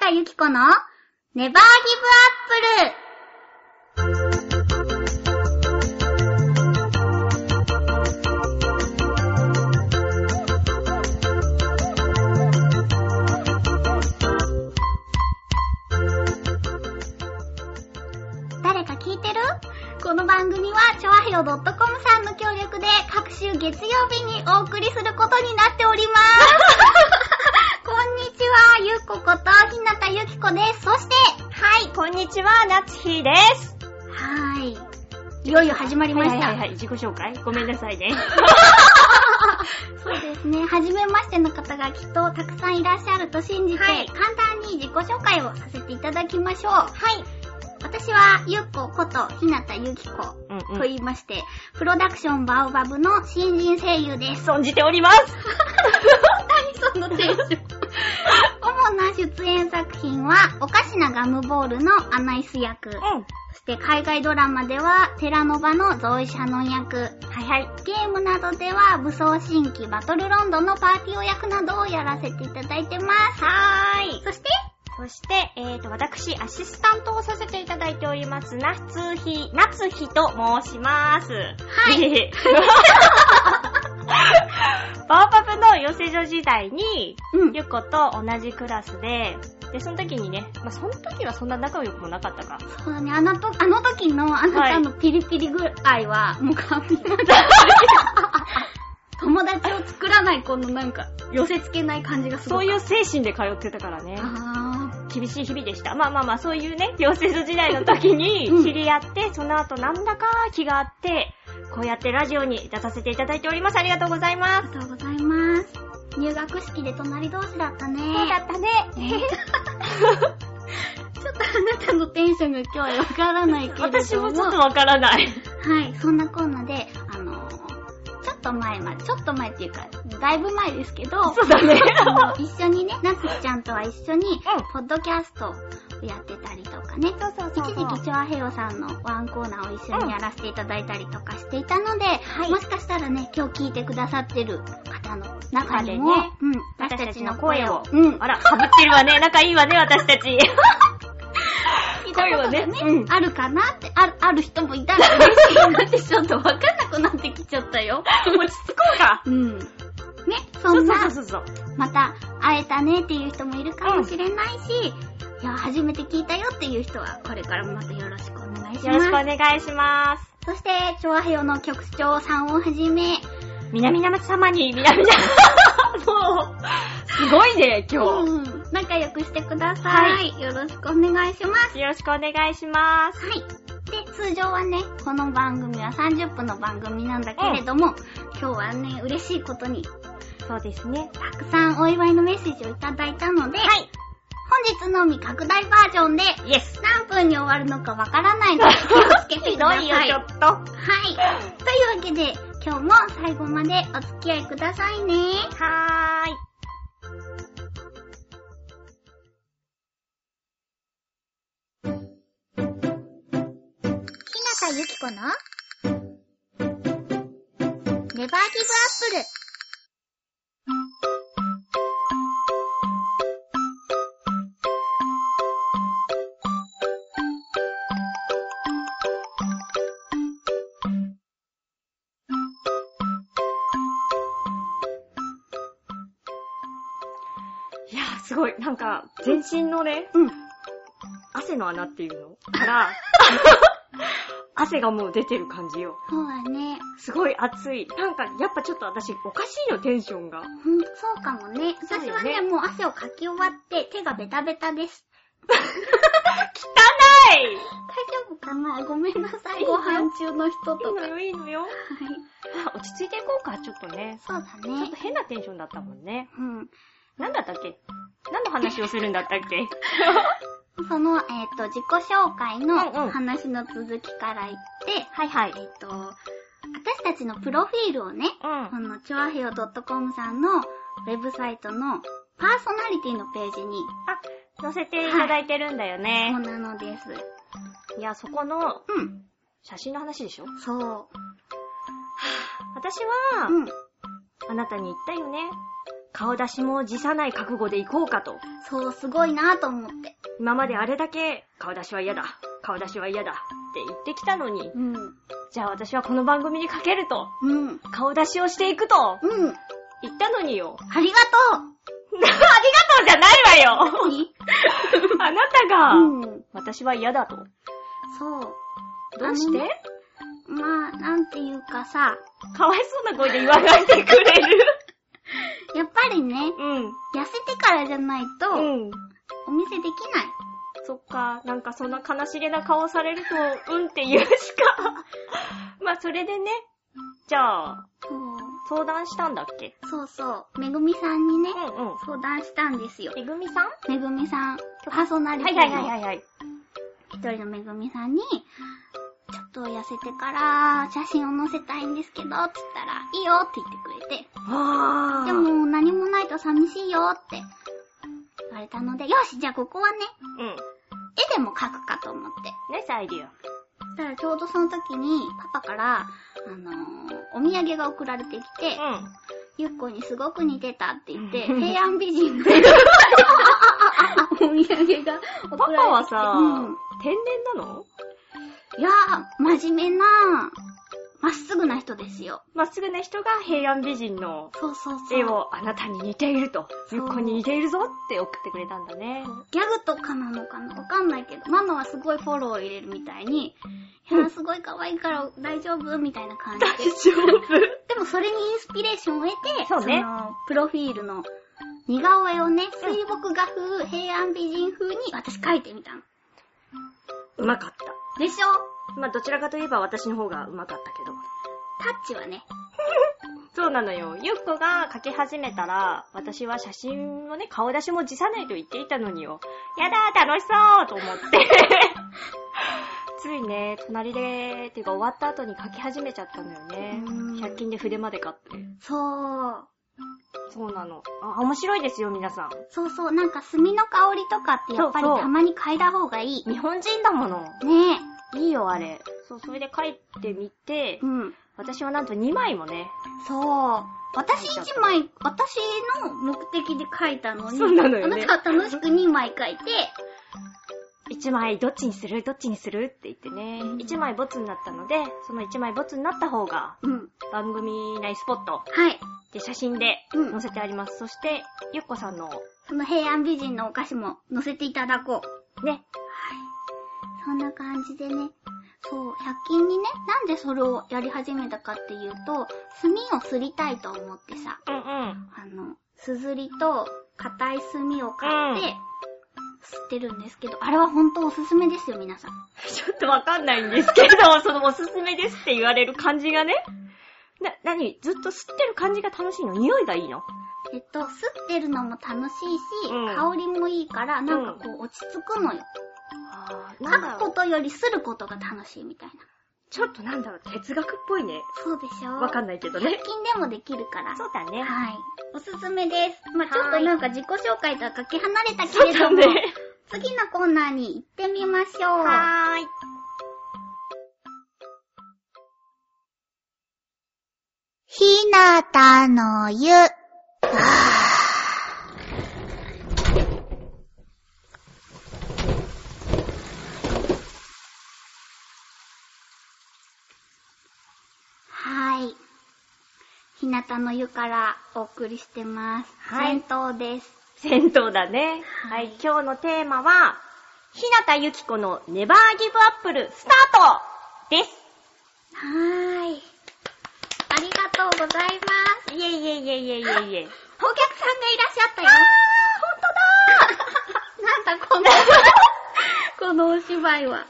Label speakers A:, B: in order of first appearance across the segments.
A: 谷ゆき子のネバーギブアップル誰か聞いてるこの番組は、ちょわひろ .com さんの協力で、各週月曜日にお送りすることになっております。こんにちは、ゆっここと、ひなたゆきこです。そして、
B: はい、こんにちは、なつひーです。
A: はーい。いよいよ始まりました。
B: い、自己紹介ごめんなさいね。
A: そうですね。はじめましての方がきっとたくさんいらっしゃると信じて、
B: はい
A: 簡単に自己紹介をさせていただきましょう。はい。私は、ゆっここと、ひなたゆきこ
B: うん
A: と言いまして、プロダクションバオバブの新人声優です。
B: 存じております。
A: 何そのテンション 主な出演作品は、おかしなガムボールのアナイス役、そ
B: は
A: して海外ドラマでは、テラノバのゾイシャノン役、
B: いはい。
A: ゲームなどでは、武装新規バトルロンドンのパーティーを役などをやらせていただいてます。
B: はーい。
A: そして、。
B: そして、えーと、私、アシスタントをさせていただいております、なつひ、なつひと申します。はいバオパブの養成所時代に、
A: うん
B: ゆっこと同じクラスで、で、その時にね、まあ、その時はそんな仲良くもなかったか。
A: そうだね、あのと、あの時のあなたのピリピリ具合は、もう完璧だった。 友達を作らない、このなんか、寄せ付けない感じがすご
B: そ
A: く
B: ういう精神で通ってたからね。
A: あー
B: 厳しい日々でした。まあまあまあ、そういうね、養成所時代の時に
A: うん
B: 知り合って、その後なんだか気があって、こうやってラジオに出させていただいております。ありがとうございま
A: あ
B: す。
A: りがとうございます。入学式で隣同士だったね。
B: そうだったね。
A: ねちょっとあなたのテンションが今日はわからないけれ ども。
B: 私もちょっとわからない。
A: はい、そんなコーナーで、あのー、ちょっと前まで、ちょっと前っていうか、だいぶ前ですけど、
B: そうだね。
A: あの一緒にね、なつきちゃんとは一緒に、ポッドキャストをやってたりとかね、
B: そうそう
A: 一時期チョアヘヨさんのワンコーナーを一緒にやらせていただいたりとかしていたので、
B: い
A: もしかしたらね、今日聞いてくださってる方の中にも、
B: 中でね
A: うん、
B: 私たちの声を。
A: うん、
B: あら、かぶってるわね。仲いいわね、私た ち。
A: 聞いたことがね、
B: 声をねうん
A: あるかなって、ある、ある人もいたら嬉しいなって、ちょっとわかんなくなってきちゃったよ。
B: 落ち着こうか。
A: うん。ね、そ
B: そうん
A: な
B: そう、そうそう。
A: また会えたねっていう人もいるかもしれないし、いや、初めて聞いたよっていう人は、これからもまたよろしくお願いし
B: よろ
A: ま
B: し
A: す
B: くお。願いします。
A: そして、調和表の局長さんをはじめ、
B: 南なまち様に、南な もう、すごいね、今日。
A: うん、仲良くしてください。よろしくお願いします。
B: よろしくお願いします。
A: はい。で、通常はね、この番組は30分の番組なんだけれども、今日はね、嬉しいことに、
B: そうですね。
A: たくさんお祝いのメッセージをいただいたので、
B: はい。
A: 本日のみ拡大バージョンで、
B: イエス。
A: 何分に終わるのかわからない ので気をつけて
B: ひ
A: く
B: ど
A: ださい。
B: いよ、ちょっと。は
A: はい。というわけで、今日も最後までお付き合いくださいね。
B: ーい。
A: ひなたゆきこの、ネバーギブアップル。
B: いやー、すごい。なんか、全身のね、
A: うん。
B: 汗の穴っていうの から、汗がもう出てる感じよ。
A: そうだね。
B: すごい熱い。なんか、やっぱちょっと私、おかしいよ、テンションが。
A: うん、そうかもね。
B: そう
A: 私
B: よね
A: はね、もう汗をかき終わって手がベタベタです。大
B: 汚
A: 丈夫かなごめんなさい。ご飯中の人とか。はい
B: いいの
A: い。
B: よ、いいのよ。あ落ち着いていこうか、ちょっとね。
A: そうだ
B: ちょっ
A: ね
B: と。変なテンションだったもんね。
A: うん。
B: なんだったっけ何の話をするんだったっけ
A: その、えっ、と、自己紹介の
B: うんうん
A: 話の続きから言って、
B: はいはい。
A: えっ、と、私たちのプロフィールをね、
B: うん
A: こ。の、チョアヘオ .com さんのウェブサイトのパーソナリティのページに、
B: あ、載せていただいてるんだよね。
A: そうなのです。
B: い、や、そこの
A: うん。
B: 写真の話でしょ
A: そう。
B: 私は、
A: うん。
B: あなたに言ったよね。顔出しも辞さない覚悟で行こうかと。
A: そう、すごいなぁと思って。
B: 今まであれだけ、顔出しは嫌だ、顔出しは嫌だって言ってきたのに、
A: うん。
B: じゃあ私はこの番組にかけると、
A: うん。
B: 顔出しをしていくと
A: うん。
B: 言ったのによ。
A: ありが
B: ありがとうじゃないわ
A: とう
B: よ
A: に
B: あなたが、
A: うん。
B: 私は嫌だと。
A: そう。
B: どうして
A: あまあ、なんていうかさ、
B: かわいそうな声で言わないでくれる
A: やっぱりね、
B: うん。
A: 痩せてからじゃないと、
B: うん。
A: お見せできない。
B: そっか、なんかそんな悲しげな顔されると、うんって言うし か。まあそれでね、じゃあ、
A: そう
B: 相談したんだっけ
A: そうそう、めぐみさんにね
B: う、んうん。
A: 相談したんですよ。
B: めぐみさんは
A: めぐみさん、パーソナリティ
B: い
A: の
B: はいはいはいはい。
A: 一人のめぐみさんに、ちょっと痩せてから写真を載せたいんですけど、つったら、いいよって言ってくれて、
B: あ
A: でも何もないと寂しいよって言われたので、よし、じゃあここはね、
B: うん。
A: 絵でも描くかと思って。
B: ね、サイリュー。
A: そしたらちょうどその時に、パパから、あのー、お土産が送られてきて、
B: うん。
A: ゆっこにすごく似てたって言って、
B: うん
A: 平安美人の お土産が送
B: パ
A: られてきて。
B: パはさ、
A: うん
B: 天然なの
A: いやー、真面目な、まっすぐな人ですよ。
B: まっすぐな人が平安美人の
A: そうそうそう。
B: 絵をあなたに似ていると、
A: そう
B: ゆっこに似ているぞって送ってくれたんだね。
A: ギャグとかなのかなわかんないけど、ママはすごいフォローを入れるみたいに、いやーすごい可愛いから大丈夫みたいな感じで。
B: 夫
A: でもそれにインスピレーションを得て、
B: そうね
A: の、プロフィールの似顔絵をね、水墨画風、平安美人風に私描いてみたの。
B: うまかった。
A: でしょ
B: まあ、どちらかといえば私の方がうまかったけど。
A: タッチはね、
B: そうなのよ。ゆっこが描き始めたら、私は写真をね、顔出しも辞さないと言っていたのによ。やだー、楽しそうと思って。 ついね、隣で、っていうか終わった後に描き始めちゃったのよね
A: う。ん
B: 100均で筆まで買って。
A: そう、
B: そうなの。あ、面白いですよ、皆さん。
A: そうそう、なんか炭の香りとかってやっぱり
B: そうそう
A: たまに嗅いだ方がいい。ね
B: 日本人だもの。
A: え。
B: いいよ、あれ。そう、それで描いてみて
A: う、ん。
B: 私はなんと2枚もね。
A: そう。私一枚、私の目的で書いたのに、
B: そうなのよね
A: あなたは楽しく2枚書いて、
B: 1枚どっちにするどっちにするって言ってね。
A: うん
B: 1枚ボツになったので、その1枚ボツになった方が、
A: うん。
B: 番組内スポット
A: はい。
B: で写真で
A: うん
B: 載せてあります。そして、ゆっこさんの
A: その平安美人のお菓子も載せていただこう。
B: ね、
A: はい。そんな感じでね、そう、100均にね、なんでそれをやり始めたかっていうと、炭をすりたいと思ってさ、
B: うんうん。
A: あの、すずりと硬い炭を買って、
B: う
A: 吸ってるんですけど、あれは本当おすすめですよ、皆さん。
B: ちょっとわかんないんですけど、 そのおすすめですって言われる感じがね。な、なにずっと吸ってる感じが楽しいの匂いがいいの
A: えっと、吸ってるのも楽しいし、
B: うん
A: 香りもいいから、なんかこう落ち着くのよ。
B: あー
A: 書
B: なんだ
A: く
B: ろ
A: こ
B: う。
A: とよりすることが楽しいみたいな。
B: ちょっとなんだろう、哲学っぽいね。
A: そうでしょ
B: わかんないけどね
A: 100。均でもできるから。
B: そうだね。
A: はい。おすすめです。まあ
B: はい
A: ちょっとなんか自己紹介とはかけ離れたけ
B: そう
A: れど
B: だ
A: も、
B: ね。
A: 次のコーナーに行ってみましょう。
B: はーい。
A: ひなたの湯。はい。ひなたの湯からお送りしてます。
B: はい
A: 戦闘です。
B: 戦闘だね。
A: は
B: はいい、今日のテーマは、日向ゆき子のネバーギブアップルスタートです。
A: はーい。ありがとうございます。
B: いえいえいえいえいえいえ。
A: お客さんがいらっしゃったよ。あー、ほんとだなんだ この、このお芝居は。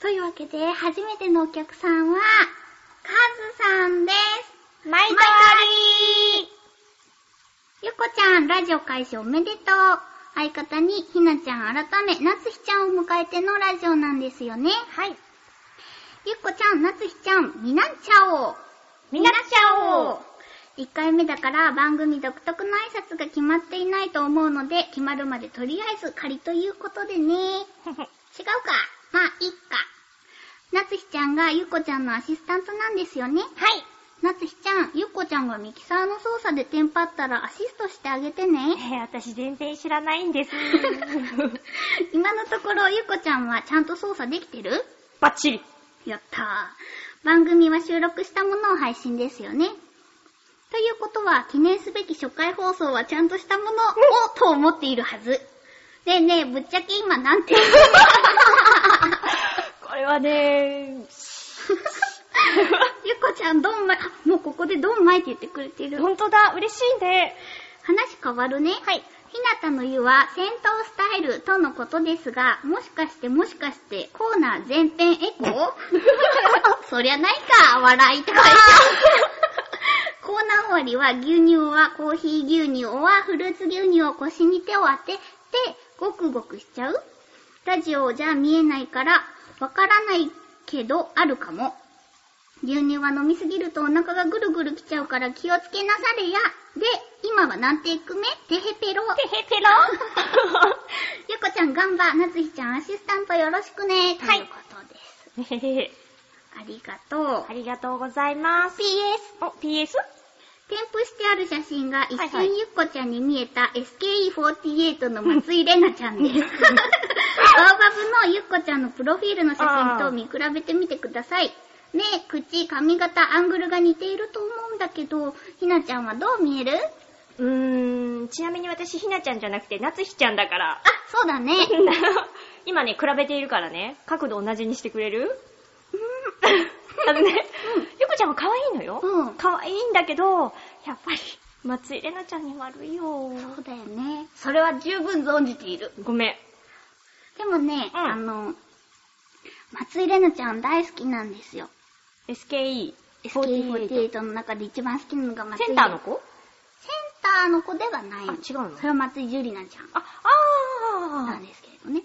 A: というわけで、初めてのお客さんは、カズさんです。
B: 毎
A: 毎
B: 度
A: 度あ
B: あ
A: りゆこちゃん、ラジオ開始おめでとう。相方に、ひなちゃん改め、なつひちゃんを迎えてのラジオなんですよね。
B: はい。
A: ゆっこちゃん、なつひちゃん、みなんちゃおう。
B: みなっちゃおう
A: 1回目だから番組独特の挨拶が決まっていないと思うので、決まるまでとりあえず仮ということでね。違うか。まあ、いっか。なつひちゃんがゆっこちゃんのアシスタントなんですよね。
B: はい。
A: なつひちゃん、ゆっこちゃんがミキサーの操作でテンパったらアシストしてあげてね。
B: えー、私全然知らないんです。
A: 今のところゆっこちゃんはちゃんと操作できてる
B: バッチリ
A: やったー。番組は収録したものを配信ですよね。ということは、記念すべき初回放送はちゃんとしたものをと思っているはず。ねえねえ、ぶっちゃけ今なん て言う
B: これはね、
A: ゆっこちゃんどんまい、あ、もうここでどんまいって言ってくれてる。
B: ほんとだ、嬉しいね。
A: 話変わるね。はい。ひなたの湯は戦闘スタイルとのことですが、もしかしてもしかしてコーナー全編エコ ーそりゃないか、笑いって書いてある。コーナー終わりは牛乳はコーヒー牛乳はフルーツ牛乳を腰に手を当てて、ごくごくしちゃうラジオじゃ見えないから、わからないけどあるかも。牛乳は飲みすぎるとお腹がぐるぐるきちゃうから気をつけなされや。で、今は何ていくめてへぺろ。
B: てへぺろ
A: ゆこちゃん頑張。なつひちゃんアシスタントよろしくね。
B: はい
A: ということです。
B: ね
A: ありがとう。
B: ありがとうございます。
A: PS。
B: お、PS?
A: 添付してある写真が一
B: はい
A: 瞬
B: はい
A: ゆっこちゃんに見えた SKE48 の松井玲奈ちゃんです。 バーバブのゆっこちゃんのプロフィールの写真と見比べてみてください。目、口、髪型、アングルが似ていると思うんだけど、ひなちゃんはどう見える
B: うーん、ちなみに私、ひなちゃんじゃなくて、なつひちゃんだから
A: あ。、そう だね。
B: 今ね、比べているからね、角度同じにしてくれるあのね、ゆこちゃんは可愛いのよ。
A: うん
B: 可愛いんだけど、やっぱり、松井玲奈ちゃんに悪いよ。
A: そうだよね。それは十分存じている。
B: ごめん。
A: でもね、
B: うん
A: あの、松井玲奈ちゃん大好きなんですよ。
B: SKE。48
A: SKE48 の中で一番好きなのが松井
B: センターの子
A: センターの子ではないの。
B: あ違うの
A: それは松井樹里奈ちゃん
B: あ、
A: な
B: あ
A: ん
B: ー
A: ですけれどね。そうなん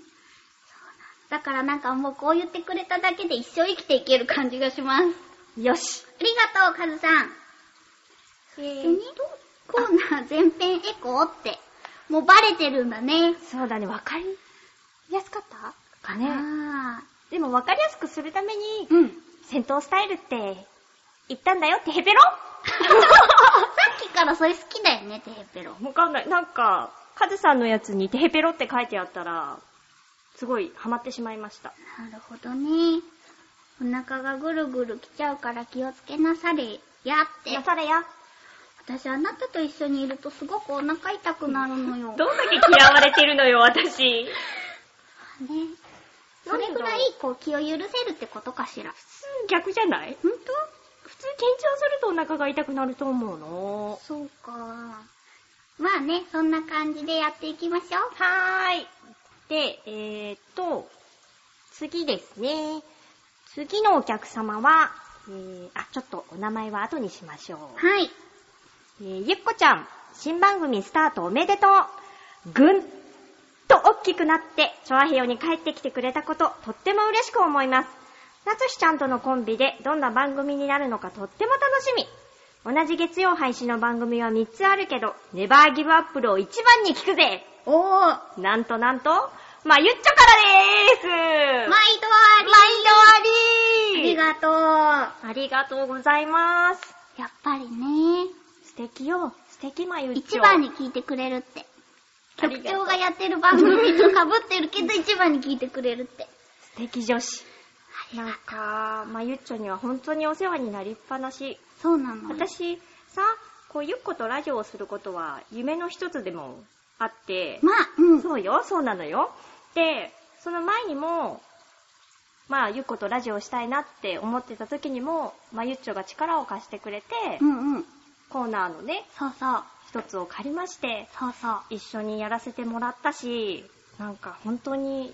A: だからなんかもうこう言ってくれただけで一生生きていける感じがします。
B: よし。
A: ありがとう、カズさん。
B: え
A: でね、コーナー全編エコーって、もうバレてるんだね。
B: そうだね、わかりやすかったかね。
A: あ
B: でもわかりやすくするために、
A: ー うん。
B: 戦闘スタイルって、言ったんだよ、て へぺろ
A: さっきからそれ好きだよね、テヘペロ。
B: わかんない。なんか、カズさんのやつにてへぺろって書いてあったら、すごいハマってしまいました。
A: なるほどね。お腹がぐるぐるきちゃうから気をつけなされやって。
B: なされや。
A: 私あなたと一緒にいるとすごくお腹痛くなるのよ。
B: どんだけ嫌われてるのよ、私。
A: ね。それぐらいこう気を許せるってことかしら。
B: 逆じゃない
A: ほん
B: 普通緊張するとお腹が痛くなると思うの
A: と。そうか。まあね、そんな感じでやっていきましょう。
B: はーい。で、えー、っと、次ですね。次のお客様は、えー、あ、ちょっとお名前は後にしましょう。
A: はい。
B: えーゆっこちゃん、新番組スタートおめでとう。ぐんと大きくなって、チョアヘヨに帰ってきてくれたこと、とっても嬉しく思います。なつしちゃんとのコンビで、どんな番組になるのかとっても楽しみ。同じ月曜配信の番組は3つあるけど、ネバーギブアップルを一番に聞くぜ
A: おー。毎
B: なんとなんと、まゆっちょからでー
A: 度
B: す
A: あり
B: 毎度あり
A: ありがとう。
B: ありがとうございます。
A: やっぱりね、
B: 素敵よ。素敵まゆっちょ。
A: 一番に聞いてくれるって。
B: あ
A: 局
B: りがとう
A: 長がやってる番組と被ってる けど一番に聞いてくれるって。
B: 素敵女子。
A: ありが
B: なん
A: と
B: か、まゆっちょには本当にお世話になりっぱなし。
A: う。そうなの。
B: 私、さ、こう、ゆっことラジオをすることは、夢の一つでもあって、
A: まあ、うん。
B: そうよ、そうなのよ。で、その前にも、まあ、ゆっことラジオをしたいなって思ってた時にも、まゆっちょが力を貸してくれて、
A: うんうん。
B: コーナーのね、
A: そうそう。
B: 一つを借りまして、
A: そうそう。
B: 一緒にやらせてもらったし、なんか本当に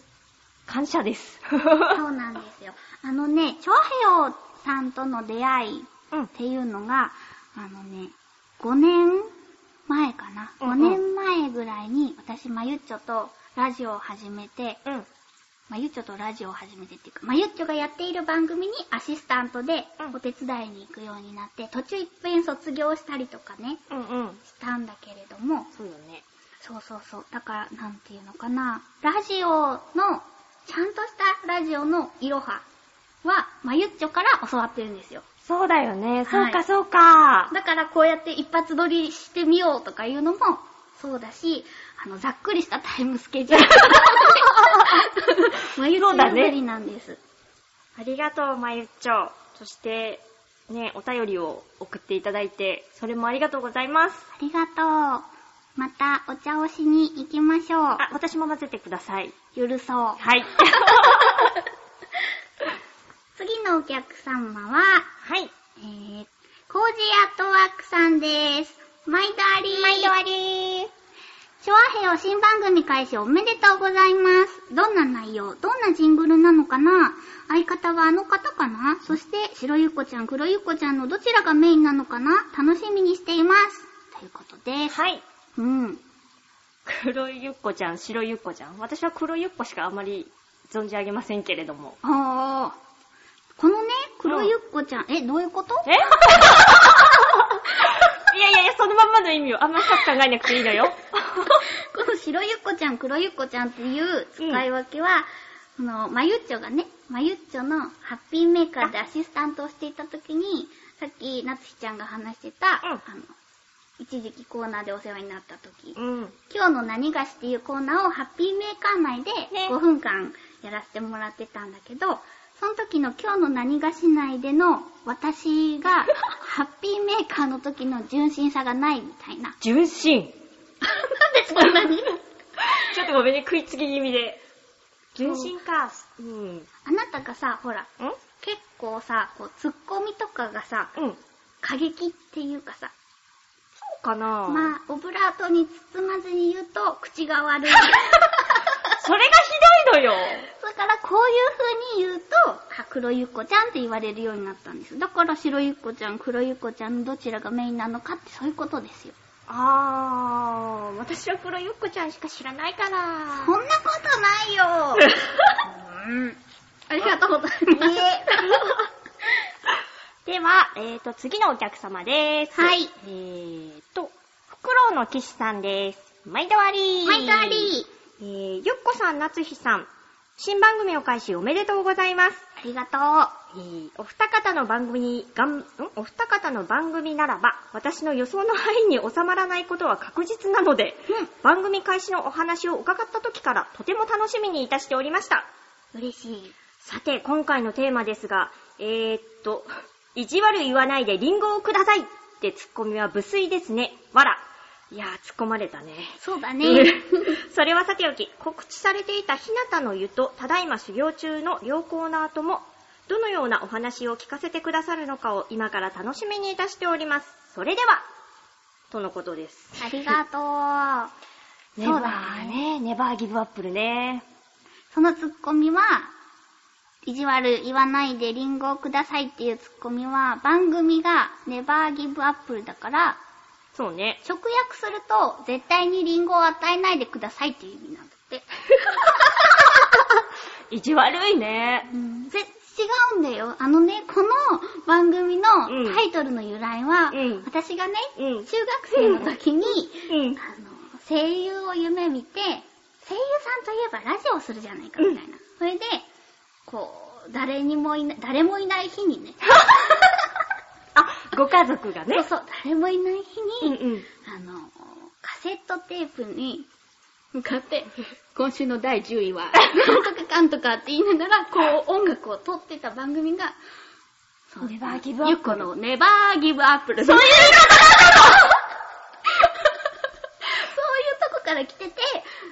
B: 感謝です。
A: そうなんですよ。あのね、チョヘヨさんとの出会いっ
B: うん。
A: ていうのが、あのね、5年前かな。
B: うんう
A: 5
B: ん
A: 年前ぐらいに、私、まゆっちょとラジオを始めて、
B: うん。
A: まゆっちょとラジオを始めてっていうか、まゆっちょがやっている番組にアシスタントで
B: うん
A: お手伝いに行くようになって、途中一遍卒業したりとかね、
B: うんうん。
A: したんだけれども、
B: そうよね。
A: そうそうそう。だから、なんていうのかな。ラジオの、ちゃんとしたラジオのいろはは、まゆっちょから教わってるんですよ。
B: そうだよね。そう
A: は
B: か、
A: い
B: そうか。
A: だからこうやって一発撮りしてみようとかいうのもそうだし、あの、ざっくりしたタイムスケジ ュール。眉
B: そうだ
A: 毛
B: ね
A: 作りなんです。
B: ありがとう、まゆっちょ。そして、ね、お便りを送っていただいて、それもありがとうございます。
A: ありがとう。またお茶をしに行きましょう。
B: あ、私も混ぜてください。
A: ゆるそう。
B: はい。
A: 次のお客様は、
B: はい。
A: えー、コージーアットワークさんです。毎度あり毎度ありチョアヘオ新番組開始おめでとうございます。どんな内容どんなジングルなのかな相方はあの方かなそして、白ゆっこちゃん、黒ゆっこちゃんのどちらがメインなのかな楽しみにしています。ということです。
B: はい。
A: うん。
B: 黒ゆっこちゃん、白ゆっこちゃん。私は黒ゆっこしかあまり存じ上げませんけれども。
A: あー。このね、黒ゆっこちゃん、え、どういうこと
B: えいやいやいや、そのまんまの意味をあんまり深く考えなくていいのよ。
A: この白ゆっこちゃん、黒ゆっこちゃんっていう使い分けは、その、まゆっちょがね、まゆっちょのハッピーメーカーでアシスタントをしていた時に、さっき、なつひちゃんが話してた、
B: う
A: あ
B: ん
A: の、一時期コーナーでお世話になった時、
B: うん。
A: 今日の何菓子っていうコーナーをハッピーメーカー内で
B: ね
A: 5分間やらせてもらってたんだけど、その時の今日の何菓子内での私が、 ハッピーメーカーの時の純真さがないみたいな。
B: 純真。
A: なんでそんなに
B: ちょっとごめんね、食いつき気味で。純真か。うん。ん
A: あなたがさ、ほら、結構さ、こう、ツッコミとかがさ、
B: うん。
A: 過激っていうかさ、
B: そうかな、
A: まあ、オブラートに包まずに言うと、口が悪い。
B: それがひどいのよ。
A: だから、こういう風に言うと、あ、黒ゆっこちゃんって言われるようになったんです。だから、白ゆっこちゃん、黒ゆっこちゃんのどちらがメインなのかって、そういうことですよ。
B: あー、私は黒ゆっこちゃんしか知らないから。
A: そんなことない ようん。 ありがとうございます。
B: では、えーと、次のお客様です。
A: はい。
B: えーと、フクロウの騎士さんです。毎度ありー。
A: 毎度あ。り。
B: えー、ゆっこさん、なつひさん。新番組を開始おめでとうございます。
A: ありがとう。
B: えーお二方の番組がん、んお二方の番組ならば、私の予想の範囲に収まらないことは確実なので、
A: うん
B: 番組開始のお話を伺った時からとても楽しみにいたしておりました。
A: 嬉しい。
B: さて、今回のテーマですが、えー、っと、意地悪言わないでリンゴをくださいってツッコミは無粋ですね。わら。いやー、突っ込まれたね。
A: そうだ
B: それはさておき、告知されていた日向の湯とただいま修行中の良好な後も、どのようなお話を聞かせてくださるのかを今から楽しみにいたしております。それでは、とのことです。
A: ありがとう。そうだね
B: ね。ネバーギブアップルね。
A: そのツッコミは、意地悪言わないでリンゴをくださいっていうツッコミは、番組がネバーギブアップルだから、
B: そうね。
A: 直訳すると、絶対にリンゴを与えないでくださいっていう意味なんだって。
B: 意地悪いね。
A: うん、ぜ違うんだよ。あのね、この番組の
B: うん
A: タイトルの由来は、
B: うん
A: 私がね、
B: うん
A: 中学生の時に、
B: うん。
A: あの、声優を夢見て、声優さんといえばラジオをするじゃないかみたいな。それで、こう、誰にもいない、誰もいない日にね、
B: あ、ご家族がね。
A: そうそう、誰もいない日
B: うん
A: に、
B: うん。
A: あの、カセットテープに向かって、今週の第10位は、 なんとかかんとかって言いながら、こう、音楽を撮ってた番組が、そう
B: ネバーギブアップル
A: ゆっこのネバーギブアップル。そういうことそういうとこから来てて、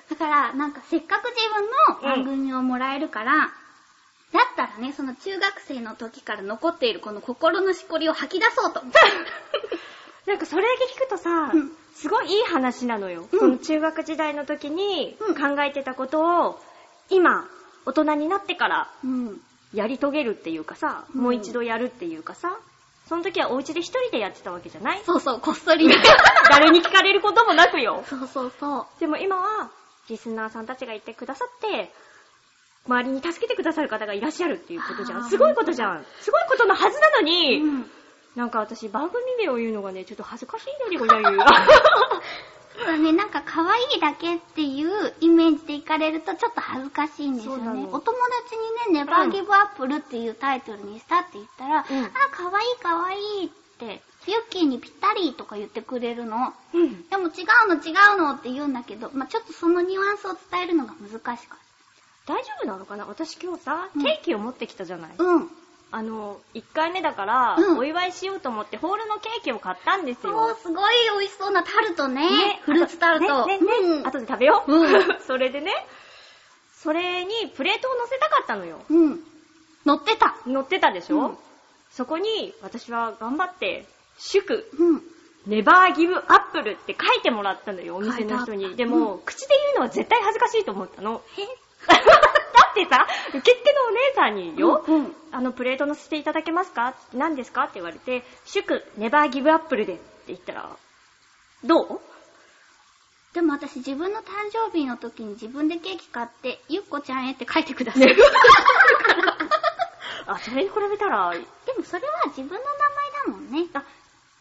A: だから、なんかせっかく自分の番組をもらえるから、だったらね、その中学生の時から残っているこの心のしこりを吐き出 そうと。
B: なんかそれだけ聞くとさ、
A: うん
B: すごいいい話なのよ。
A: うん
B: その中学時代の時に
A: うん
B: 考えてたことを、今、大人になってから
A: うん。
B: やり遂げるっていうかさ、
A: うん
B: もう一度やるっていうかさ、その時はお家で一人でやってたわけじゃない
A: そうそう、こっそりね。
B: 誰に聞かれることもなくよ。
A: そうそう そう。
B: でも今は、リスナーさんたちが言ってくださって、周りに助けてくださる方がいらっしゃるっていうことじゃ
A: あ
B: ん。
A: ー
B: すごいことじゃん。すごいことのはずなのに、
A: うん
B: なんか私番組名を言うのがね、ちょっと恥ずかしいのにごにゃ言う。
A: そうだね、なんか可愛いだけっていうイメージでいかれるとちょっと恥ずかしいんですよ
B: そうな
A: ね。
B: の
A: お友達にね、ネバーギブアップルっていうタイトルにしたって言ったら、
B: うん
A: あ、可愛い可愛いって、ユッキーにぴったりとか言ってくれるの。
B: うん。
A: でも違うの違うのって言うんだけど、まあちょっとそのニュアンスを伝えるのが難しかっ
B: 大丈夫なのかな私今日さ、
A: うん
B: ケーキを持ってきたじゃない、
A: た。うん。
B: あの、1回目だから、
A: うん
B: お祝いしようと思ってホールのケーキを買ったんです
A: お
B: よ
A: ー、。すごい美味しそうなタルトね。フルーツタルト。
B: ね、ね、ね
A: うん。
B: 後で食べよう。
A: う
B: それでね、それにプレートを乗せたかったのよ。
A: うん。乗ってた。
B: 乗ってたでしょ、
A: うん
B: そこに私は頑張って、祝、
A: うん。
B: ネバーギブアップルって書いてもらったのよ、お店の人
A: 書いてあっ
B: に。
A: た
B: でも、口で言うのは絶対恥ずかしいと思ったの。
A: え
B: だってさ、受付のお姉さんによ、
A: うんうん
B: あの、プレート乗せていただけますか何ですかって言われて、祝、ネバーギブアップルでって言ったら、どう
A: でも私自分の誕生日の時に自分でケーキ買って、ゆっこちゃんへって書いてください。 で
B: あ、それに比べたら、あ、
A: もそれは自分の名前だもんね。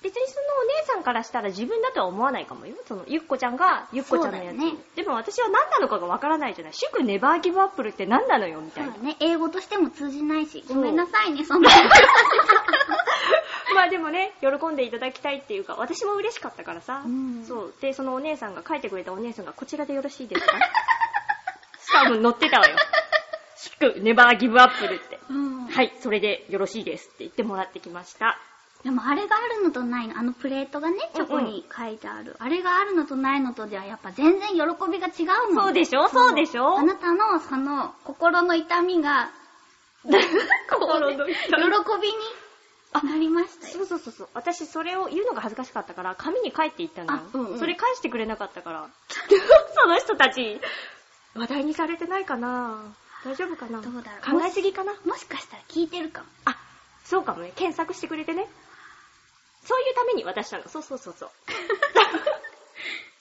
B: 別にそのお姉さんからしたら自分だとは思わないかもよ。その、ゆっこちゃんが、ゆっこちゃんのや
A: そ
B: つ。
A: うだよね
B: でも私は何なのかがわからないじゃない。祝、ネバーギブアップルって何なのよ、みた
A: そう
B: いな
A: だ。ね。英語としても通じないし。
B: そう
A: ごめんなさいね、 そんな。
B: まあでもね、喜んでいただきたいっていうか、私も嬉しかったからさ。
A: うん
B: そう。で、そのお姉さんが、書いてくれたお姉さんが、こちらでよろしいですか しかも乗ってたわよ。祝、ネバーギブアップルって。
A: うん。
B: はい、それでよろしいですって言ってもらってきました。
A: でもあれがあるのとないの、あのプレートがね、チョコに書いてある。あれがあるのとないのとではやっぱ全然喜びが違うもん
B: そうでしょそうでしょ
A: あなたのその心の痛みが、
B: 心の痛み
A: 喜びになりましたよ。
B: そうそうそうそう。私、それを言うのが恥ずかしかったから、紙に書いていったのよ
A: あ。うんうん
B: それ返してくれなかったから。 その人たち、話題にされてないかな大丈夫かな
A: どうだろう
B: 考えすぎかな
A: もしかしたら聞いてるかも。
B: あ、そうかもね。検索してくれてね。そういうために渡したの。そうそうそうそう。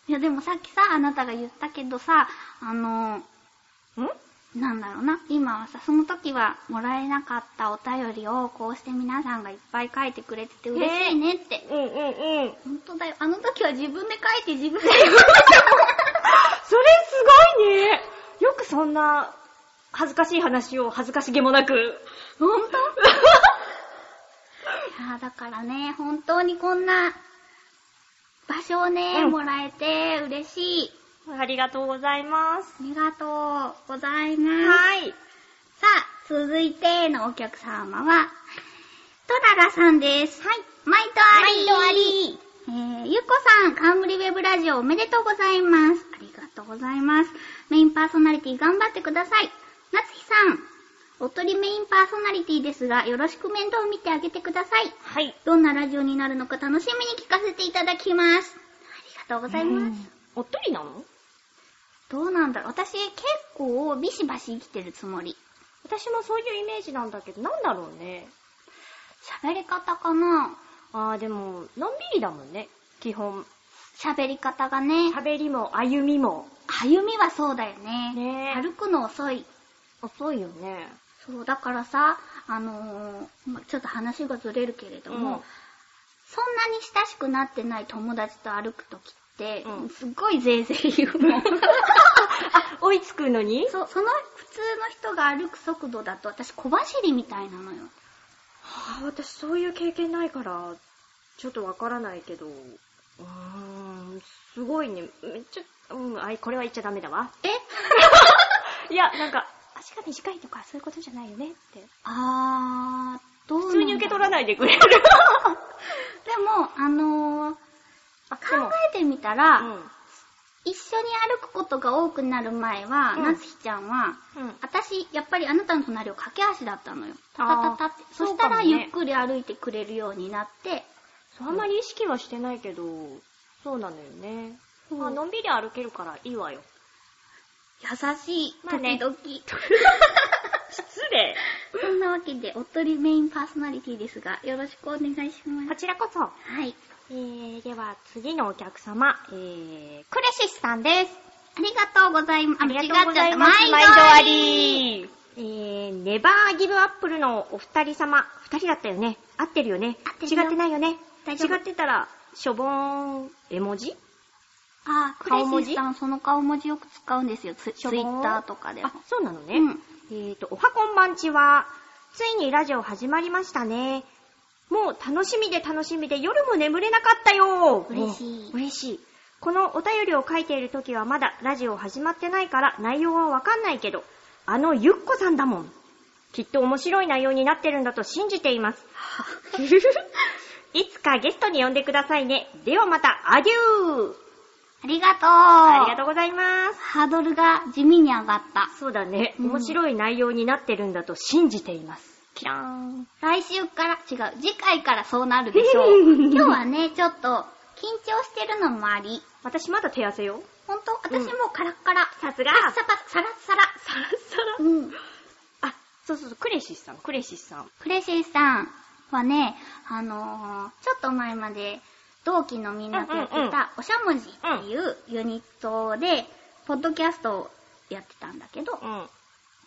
A: いやでもさっきさ、あなたが言ったけどさ、あの、
B: ん
A: なんだろうな、今はさ、その時はもらえなかったお便りをこうして皆さんがいっぱい書いてくれてて嬉しいねって。
B: うんうんうん。
A: 本当だよ。あの時は自分で書いて自 分で。
B: それすごいね。よくそんな、恥ずかしい話を恥ずかしげもなく。
A: 本当いやーだからね、本当にこんな場所をね、
B: うん
A: もらえて嬉しい。
B: ありがとうございます。
A: ありがとうございます。
B: はい。
A: さあ、続いてのお客様は、トララさんです。はい。毎度あり。
B: 毎
A: えー、ゆっこさん、冠ウェブラジオおめでとうございます。ありがとうございます。メインパーソナリティ頑張ってください。なつひさん、おとりメインパーソナリティですが、よろしく面倒を見てあげてください。
B: はい。
A: どんなラジオになるのか楽しみに聞かせていただきます。ありがとうございます。
B: おっとりなの
A: どうなんだろう。私、結構、ビシバシ生きてるつもり。
B: 私もそういうイメージなんだけど、なんだろうね。
A: 喋り方かな
B: あーでも、のんびりだもんね。基本。
A: 喋り方がね、
B: 喋りも歩みも。
A: 歩みはそうだよね。
B: ねえ
A: 歩くの遅い。
B: 遅いよね。
A: そう、だからさ、あのーまちょっと話がずれるけれども、
B: うん
A: そんなに親しくなってない友達と歩くときって、
B: うん
A: すっごいぜいぜい言う もん。
B: あ、追いつくのに
A: そう、その普通の人が歩く速度だと私小走りみたいなのよ。
B: はあ、私そういう経験ないから、ちょっとわからないけど、うーん、すごいね。めっちゃ、うん、あい、これは言っちゃダメだわ。
A: え
B: いや、なんか、足が短いとかそういうことじゃないよねって。
A: あー、どうなんだろう
B: 普通に受け取らないでくれる。
A: でも、あのー
B: あ、で
A: 考
B: も、
A: えてみたら、
B: う
A: 一緒に歩くことが多くなる前は、
B: うん
A: なつひちゃんは、
B: ん。うん。
A: 私、やっぱりあなたの隣を駆け足だったのよ。タタ
B: あー
A: タタって。そ
B: そう
A: し
B: か
A: た
B: もね
A: らゆっくり歩いてくれるようになって、
B: そうあんまり意識はしてないけど、そうなのよね。
A: うん
B: まあ、のんびり歩けるからいいわよ。
A: 優しい。
B: まあね
A: 時々。
B: 失礼。
A: そんなわけで、おっとりメインパーソナリティですが、よろしくお願いしま
B: こ
A: す。
B: ちらこそ。
A: はい。
B: えー、では次のお客様、えー、クレシスさんです。
A: ありがとうございます。
B: ありがとうございます。
A: 間違っちゃった毎度あり。
B: りえー、ネバーギブアップルのお二人様、二人だったよね。合ってるよね。
A: 合ってるよ
B: 違ってないよね。
A: 大丈夫
B: 違ってたら、しょぼーん、絵文字
A: あー、
B: クレイ
A: 顔
B: シー
A: 文字さん、その顔文字よく使うんですよ。ツツイ
B: しょぼー
A: ッターとかでも
B: あ。、そうなのね。
A: うん
B: えっ、と、おはこんばんちは、ついにラジオ始まりましたね。もう楽しみで楽しみで夜も眠れなかったよ
A: 嬉しい
B: お嬉しい。このお便りを書いている時はまだラジオ始まってないから内容はわかんないけど、あのゆっこさんだもん。きっと面白い内容になってるんだと信じて います。 いつかゲストに呼んでくださいね。ではまた、アデュー
A: ありがとう。
B: ありがとうございます。
A: ハードルが地味に上がった。
B: そうだね。
A: うん
B: 面白い内容になってるんだと信じています。キラーン。
A: 来週から、違う、次回からそうなるでしょう。今日はね、ちょっと、緊張してるのもあり、
B: 私まだ手汗よ。
A: ほんと
B: うん
A: 私もうカラッカラ。
B: さすが
A: パッサパサ、サラッサラ。
B: サラッサラ。
A: うん。
B: あ、そうそうそう、クレシスさん、クレシスさん。
A: クレシーさんはね、あのー、ちょっと前まで、同期のみんなとやって
B: うんうんうん
A: た、おしゃもじっていうユニットで、ポッドキャストをやってたんだけど、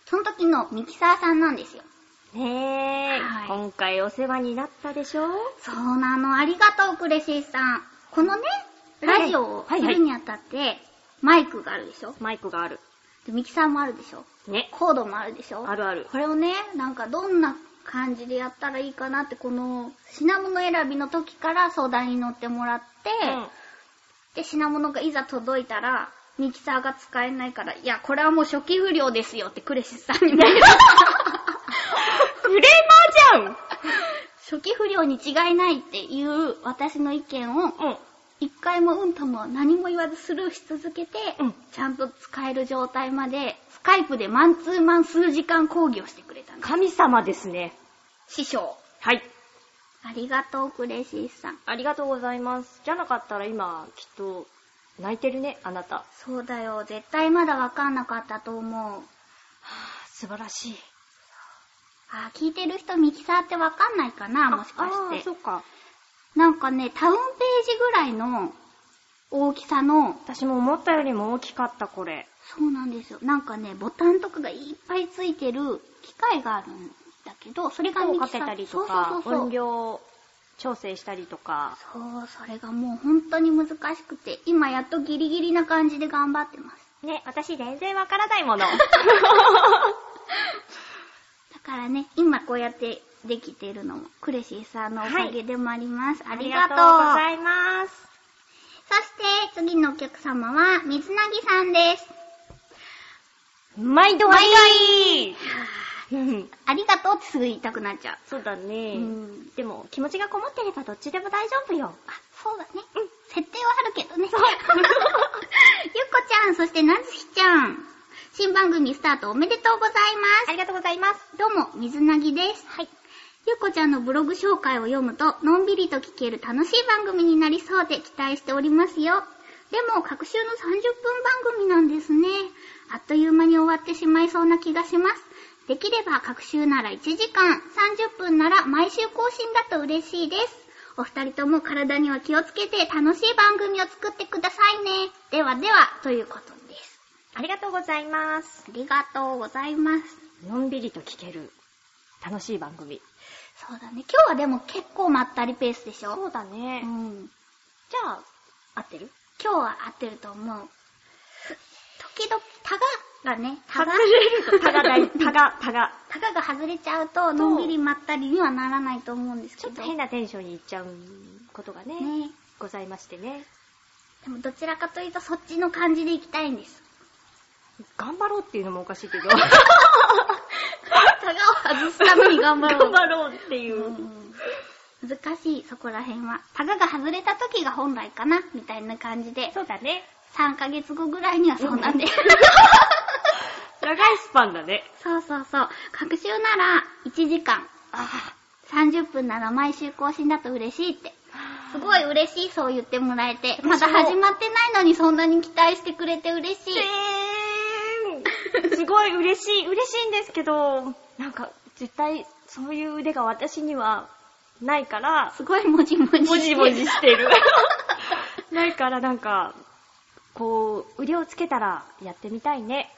A: その時のミキサーさんなんですよ。
B: うん。ねえ、
A: はい
B: 今回お世話になったでしょ
A: そうなの、ありがとう、クレシーさん。このね、
B: はい
A: ラジオを
B: は
A: す
B: いはい
A: るにあたって、マイクがあるでしょ
B: マイクがある。
A: でミキサーもあるでしょ
B: ね。
A: コードもあるでしょ
B: あるある。
A: これをね、なんかどんな感じでやったらいいかなって、この品物選びの時から相談に乗ってもらって、
B: うん
A: で、品物がいざ届いたら、ミキサーが使えないから、いや、これはもう初期不良ですよってクレシスさんに言わ れた
B: クレーマー
A: 初期不良に違いないっていう私の意見を、
B: じゃん
A: 一回もうんとも何も言わずスルーし続けて、
B: うん
A: ちゃんと使える状態まで、スカイプでマンツーマン数時間講義をしてくれた
B: うん。
A: の。
B: 神様ですね。
A: 師匠。
B: はい。
A: ありがとう、クレシスさん。
B: ありがとうございます。じゃなかったら今、きっと、泣いてるね、あなた。
A: そうだよ。絶対まだわかんなかったと思う。
B: 素晴らしい。
A: あー、聞いてる人ミキサーってわかんないかな、もしか
B: あー
A: して
B: そ。っか。
A: なんかね、タウンページぐらいの大きさの、
B: 私も思ったよりも大きかった、これ。
A: そうなんですよ。なんかね、ボタンとかがいっぱいついてる機械があるんだけど、それが
B: 音
A: ミ
B: を
A: キサ
B: か
A: ー。
B: けたりとか、
A: そうそうそうそう
B: 音量調整したりとか。
A: そう、それがもう本当に難しくて、今やっとギリギリな感じで頑張ってます。
B: ね、私全然わからないもの。
A: だからね、今こうやってできてるのも、クレシーさんのおかげでもあります。ありがとう。
B: ございます。
A: そして、次のお客様は、水なぎさんです。
B: 毎度ありがいい
A: ありがとうってすぐ言いたくなっちゃ
B: そうだ
A: う。
B: ね
A: う。ん。
B: でも、気持ちがこもってればどっちでも大丈夫よ。
A: あ、そうだね。うん。設定はあるけ どね。ゆっこちゃん、そしてなずひちゃん。新番組スタートおめでとうございます。
B: ありがとうございます。
A: どうも、水なぎです。はい。ゆっこちゃんのブログ紹介を読むと、のんびりと聞ける楽しい番組になりそうで期待しておりますよ。でも、各週の30分番組なんですね。あっという間に終わってしまいそうな気がします。できれば、各週なら1時間、30分なら毎週更新だと嬉しいです。お二人とも体には気をつけて楽しい番組を作ってくださいね。ではでは、ということです。
B: ありがとうございます。
A: ありがとうございます。
B: のんびりと聞ける、楽しい番組。
A: そうだね。今日はでも結構まったりペースでしょ
B: うだ
A: う
B: ね
A: ん。
B: じゃあ、合ってる
A: 今日は合ってると思う。時々、タガがね、タガ、
B: タガ 大、タガ、タガ。
A: タガが外れちゃうと、のんびりまったりにはならないと思うんですけ
B: ちょ
A: ど。
B: っと変
A: だ
B: なテンションにいっちゃうことがね、
A: ね。
B: ございましてね。
A: でもどちらかというと、そっちの感じでいきたいんです。
B: 頑張ろうっていうのもおかしいけど、
A: タガを外すために頑張 ろう。
B: 頑張ろうっていうう。
A: ん難しい、そこら辺は。タガが外れた時が本来かな、みたいな感じで。
B: そうだね。
A: 3ヶ月後ぐらいにはそうなんで。
B: 長いスパンだね。
A: そうそうそう。各週なら1時間。
B: あ
A: 30分なら毎週更新だと嬉しいって。すごい嬉しい、そう言ってもらえて。まだ
B: 私も
A: 始まってないのにそんなに期待してくれて嬉しい。
B: えーん。すごい嬉しい、嬉しいんですけど、なんか、絶対、そういう腕が私には、ないから、
A: すごいもじもじ。
B: もじも じして る。ないから、なんか、こう、腕をつけたら、やってみたいね。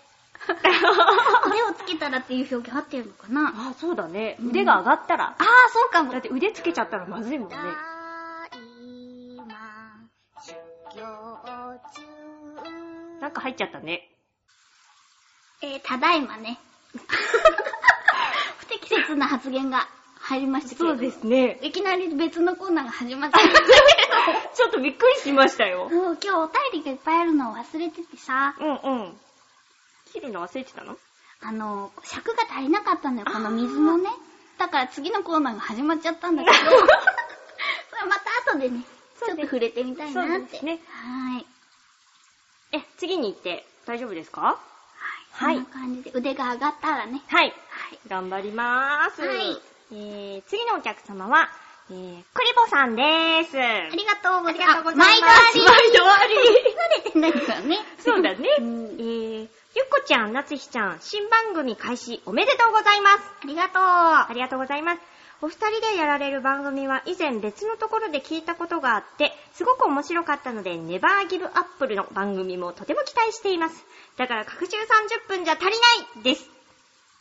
A: 腕をつけたらっていう表現合ってるのかな
B: あ、そうだね。
A: うん
B: 腕が上がったら
A: あ。ー、そうかも。
B: だって腕つけちゃったらまずいもんね
A: た。だいま、修行中
B: なんか入っちゃったね。
A: えー、ただいまね。不適切な発言が入りましたけれども。
B: すね。
A: いきなり別のコーナーが始まった。
B: ちょっとびっくりしましたよ。
A: もう今日お便りがいっぱいあるのを忘れててさ、
B: うんうん。切るの忘れてたの
A: あの、尺が足りなかったのよ、この水のね。だから次のコーナーが始まっちゃったん だけど、それまた後でね、ちょっと触れてみたいなって。
B: そうですね
A: はーい。
B: え、次に行って大丈夫ですか
A: は。
B: はいい
A: こんな感じで腕が上がったらね。
B: はい。
A: はい。
B: 頑張りまーす。
A: はい
B: えー、次のお客様は、えー、クリボさんでーす。
A: ありがとうございます。
B: 毎
A: 毎
B: 度
A: 度
B: あ
A: あ
B: り
A: り。慣れてないからね。
B: そうだね。え
A: うん
B: ー、ゆっこちゃん、なつひちゃん、新番組開始おめでとうございます。
A: ありがとう。
B: ありがとうございます。お二人でやられる番組は以前別のところで聞いたことがあって、すごく面白かったので、ネバーギブアップルの番組もとても期待しています。だから、各週30分じゃ足りないです。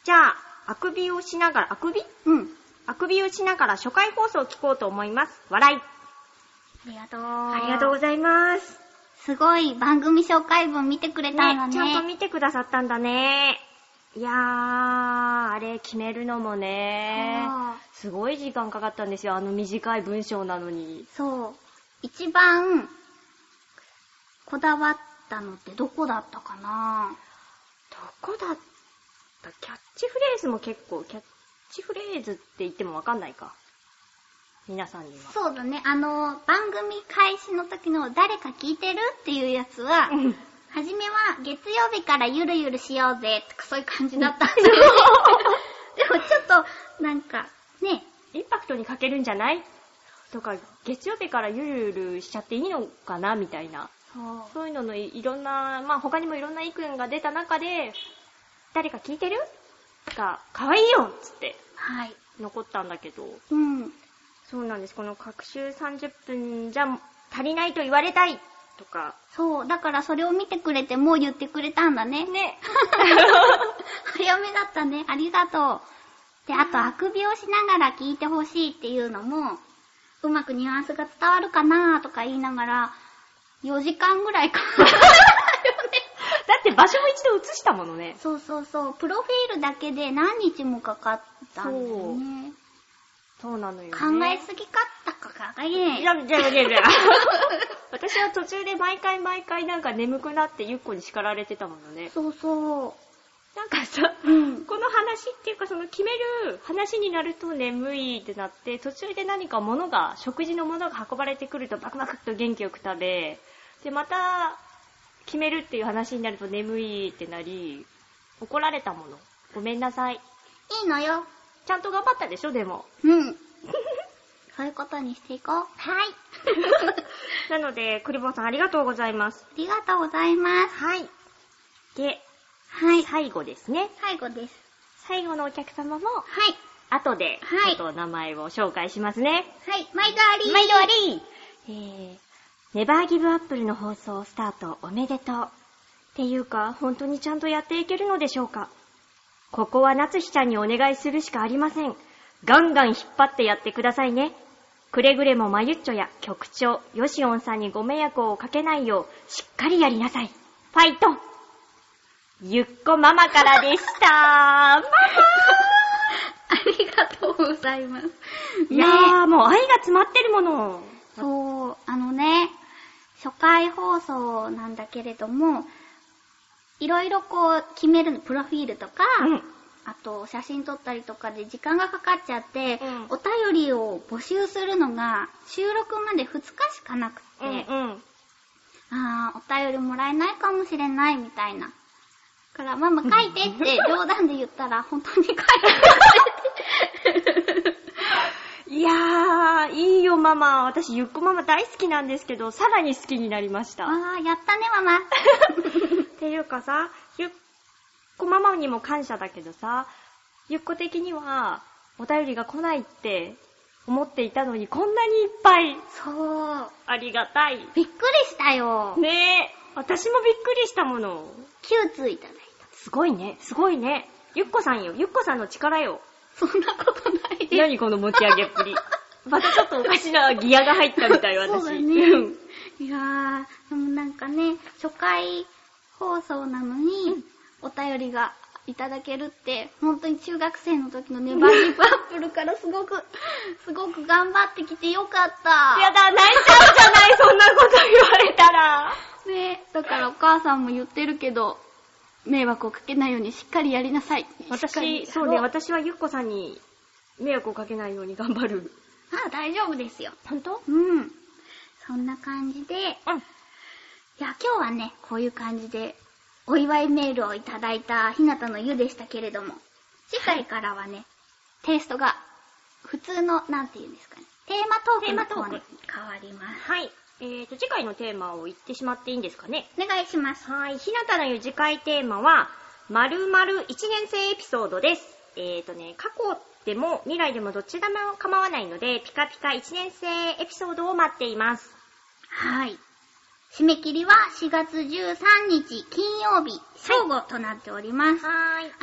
B: じゃあ、あくびをしながら、あくび
A: うん。
B: あくびをしながら初回放送を聞こうと思います。笑い。
A: ありがとう。
B: ありがとうございます。
A: すごい番組紹介文見てくれたんだ
B: ね
A: ね。
B: ちゃんと見てくださったんだね。いやー、あれ決めるのもね、
A: そ
B: すごい時間かかったんですよ。あの短い文章なのに。
A: うそう。一番、こだわったのってどこだったかな
B: どこだったキャッチフレーズも結構、キャッチフレーズって言ってもわかんないか。皆さんには。
A: そうだね。あの、番組開始の時の誰か聞いてるっていうやつは、
B: うん
A: はじめは月曜日からゆるゆるしようぜとかそういう感じだったんだけど、 でもちょっと、なんか、ね、
B: インパクトに欠けるんじゃないとか、月曜日からゆるゆるしちゃっていいのかなみたいな。
A: そう。
B: そういうののいいろんな、まあ他にもいろんな意見が出た中で、誰か聞いてるが、可愛いよっつって
A: はい。
B: 残ったんだけど、
A: うん。
B: そうなんです。この各週30分じゃ足りないと言われたいとか、
A: そう。だからそれを見てくれてもう言ってくれたんだね。
B: ね、
A: 早めだったね。ありがとう。で、あと、あくびをしながら聞いてほしいっていうのも、うまくニュアンスが伝わるかなとか言いながら、4時間ぐら いか。
B: だって場所も一度移したものね。
A: そうそうそう。プロフィールだけで何日もかかったんだよね。
B: そうなのよ、ね。
A: 考えすぎかったかかがね
B: いやいやいやいや 私は途中で毎回毎回なんか眠くなってゆっこに叱られてたものね。
A: そうそ
B: なんかさ、
A: う。うん。
B: この話っていうかその決める話になると眠いってなって、途中で何か物が、食事の物が運ばれてくるとバクバクっと元気よく食べ、で、また決めるっていう話になると眠いってなり、怒られたもの。ごめんなさい。
A: いいのよ。
B: ちゃんと頑張ったでしょ、でも。
A: うん。そういうことにしていこう。はい。
B: なので、クリボンさんありがとうございます。
A: ありがとうございます。
B: はい。で、
A: はい。
B: 最後ですね。
A: 最後です。
B: 最後のお客様も、
A: はい。
B: 後で、
A: はい
B: ちょっと名前を紹介しますね。
A: はい、毎度あり。
B: 毎度ありえー、ネバーギブアップルの放送スタートおめでとう。っていうか、本当にちゃんとやっていけるのでしょうかここは夏日ちゃんにお願いするしかありません。ガンガン引っ張ってやってくださいね。くれぐれもマユッチョや局長、ヨシオンさんにご迷惑をかけないよう、しっかりやりなさい。ファイトゆっこママからでした。ママ
A: ありがとうございます。
B: いや
A: ね、
B: ー、もう愛が詰まってるもの。
A: そう、あのね、初回放送なんだけれども、いろいろこう決めるの、プロフィールとか、
B: うん。
A: あと写真撮ったりとかで時間がかかっちゃって、
B: うん
A: お便りを募集するのが収録まで2日しかなくて、
B: うんうん。
A: あー、お便りもらえないかもしれないみたいな。だから、ママ書いて って冗談で言ったら、本当に書いて
B: いやー、いいよママ。私、ゆっこママ大好きなんですけど、さらに好きになりました。っ
A: ああ、やったね、ママ。
B: ていうかさ、ゆっこママにも感謝だけどさ、ゆっこ的には、お便りが来ないって思っていたのに、こんなにいっぱい。
A: そう。
B: ありがたい。
A: びっくりしたよ。
B: ねえ、私もびっくりしたもの。
A: 9ついただい
B: すごいね、すごいね。ゆっこさんよ、ゆっこさんの力よ。
A: た。そんなことないです。
B: 何この持ち上げっぷり。 またちょっとおかしなギアが 入ったみたい、私。
A: そうだね
B: うん
A: いやー、でもなんかね、初回放送なのに、お便りがいただけるって、本当に中学生の時のネバーギブアップルからすごく、すごく頑張ってきてよかった。
B: やだ、泣いちゃうじゃない、そんなこと言われた ら。
A: ねだからお母さんも言ってるけど、迷惑をかけないようにしっかりやりなさい。しっかり
B: 私、
A: や
B: そう
A: ろ
B: ね、私はゆっこさんに迷惑をかけないように頑張る。
A: あ、大丈夫ですよ。
B: 本当
A: うん。そんな感じで、い
B: うん。
A: や、今日はね、こういう感じで、お祝いメールをいただいたひなたのゆでしたけれども、次回からはね、テイストが、普通の、なんて言うんですかね、テーマトークのコーナーに変わります。
B: はい。えーと、次回のテーマを言ってしまっていいんですかね。
A: お願いします。
B: はい。ひなたの言う次回テーマは、まるまる一年生エピソードです。えーとね、過去でも未来でもどちらでも構わないので、ピカピカ一年生エピソードを待っています。
A: はい。締め切りは4月13日金曜日正午となっております。
B: は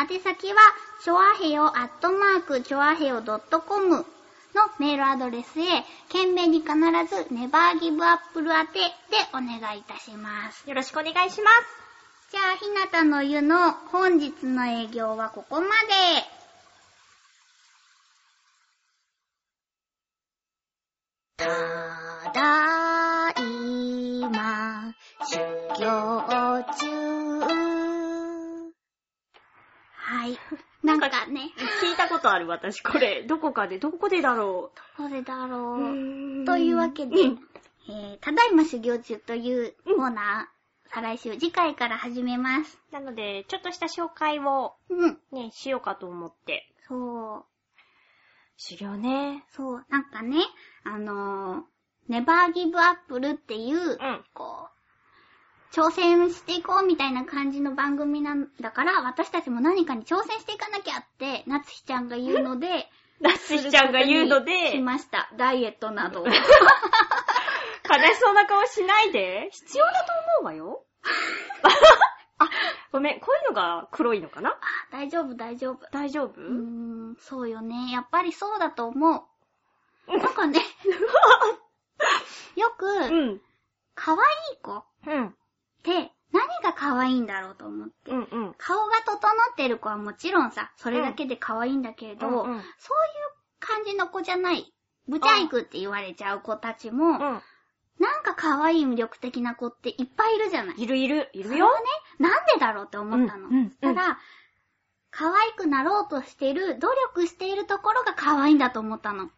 B: ーい。
A: 宛先は、ちょあへよアットマーク、ちょあへよ .com のメールアドレスへ、懸命に必ず、ネバーギブアップル宛てでお願いいたします。
B: よろしくお願いします。
A: じゃあ、ひなたの湯の本日の営業はここまで。ただいま、修行中。はい。なんかね、
B: 聞いたことある私、これ。どこかで、どこでだろ
A: これだ
B: う。
A: ろう。
B: ん
A: というわけで、
B: うん
A: えーただいま修行中というコーナー、再来週、次回から始めます。
B: なので、ちょっとした紹介を
A: うん。
B: ね、しようかと思って。
A: そう、
B: 修行ね。
A: そう、なんかね、あのーネバーギブアップルっていう、
B: うん。
A: こう、挑戦していこうみたいな感じの番組なんだから、私たちも何かに挑戦していかなきゃって、なつひちゃんが言うので、
B: なつ ひちゃんが言うの
A: し
B: で、
A: ました。ダイエットなどを。
B: 悲しそうな顔しないで。必要だと思うわ よ。ごめん、こういうのが黒いのかな
A: 大丈夫、大丈夫。
B: 大丈夫、
A: うーん、そうよね。やっぱりそうだと思う。なんかね、 よ
B: う
A: く、
B: ん。
A: 可愛い子っ
B: うん。
A: て何が可愛いんだろうと思って。
B: うんうん。
A: 顔が整ってる子はもちろんさ、それだけで可愛いんだけれど、
B: うんう
A: そうい
B: ん
A: う感じの子じゃない、ブチャイクって言われちゃう子たちも、
B: うん。
A: なんか可愛い魅力的な子っていっぱいいるじゃない。
B: いるいる、い
A: そ
B: る
A: れ
B: よ
A: は。ね、なんでだろうって思ったの。
B: うんうんうん
A: ただ、可愛くなろうとしている、努力しているところが可愛いんだと思ったの。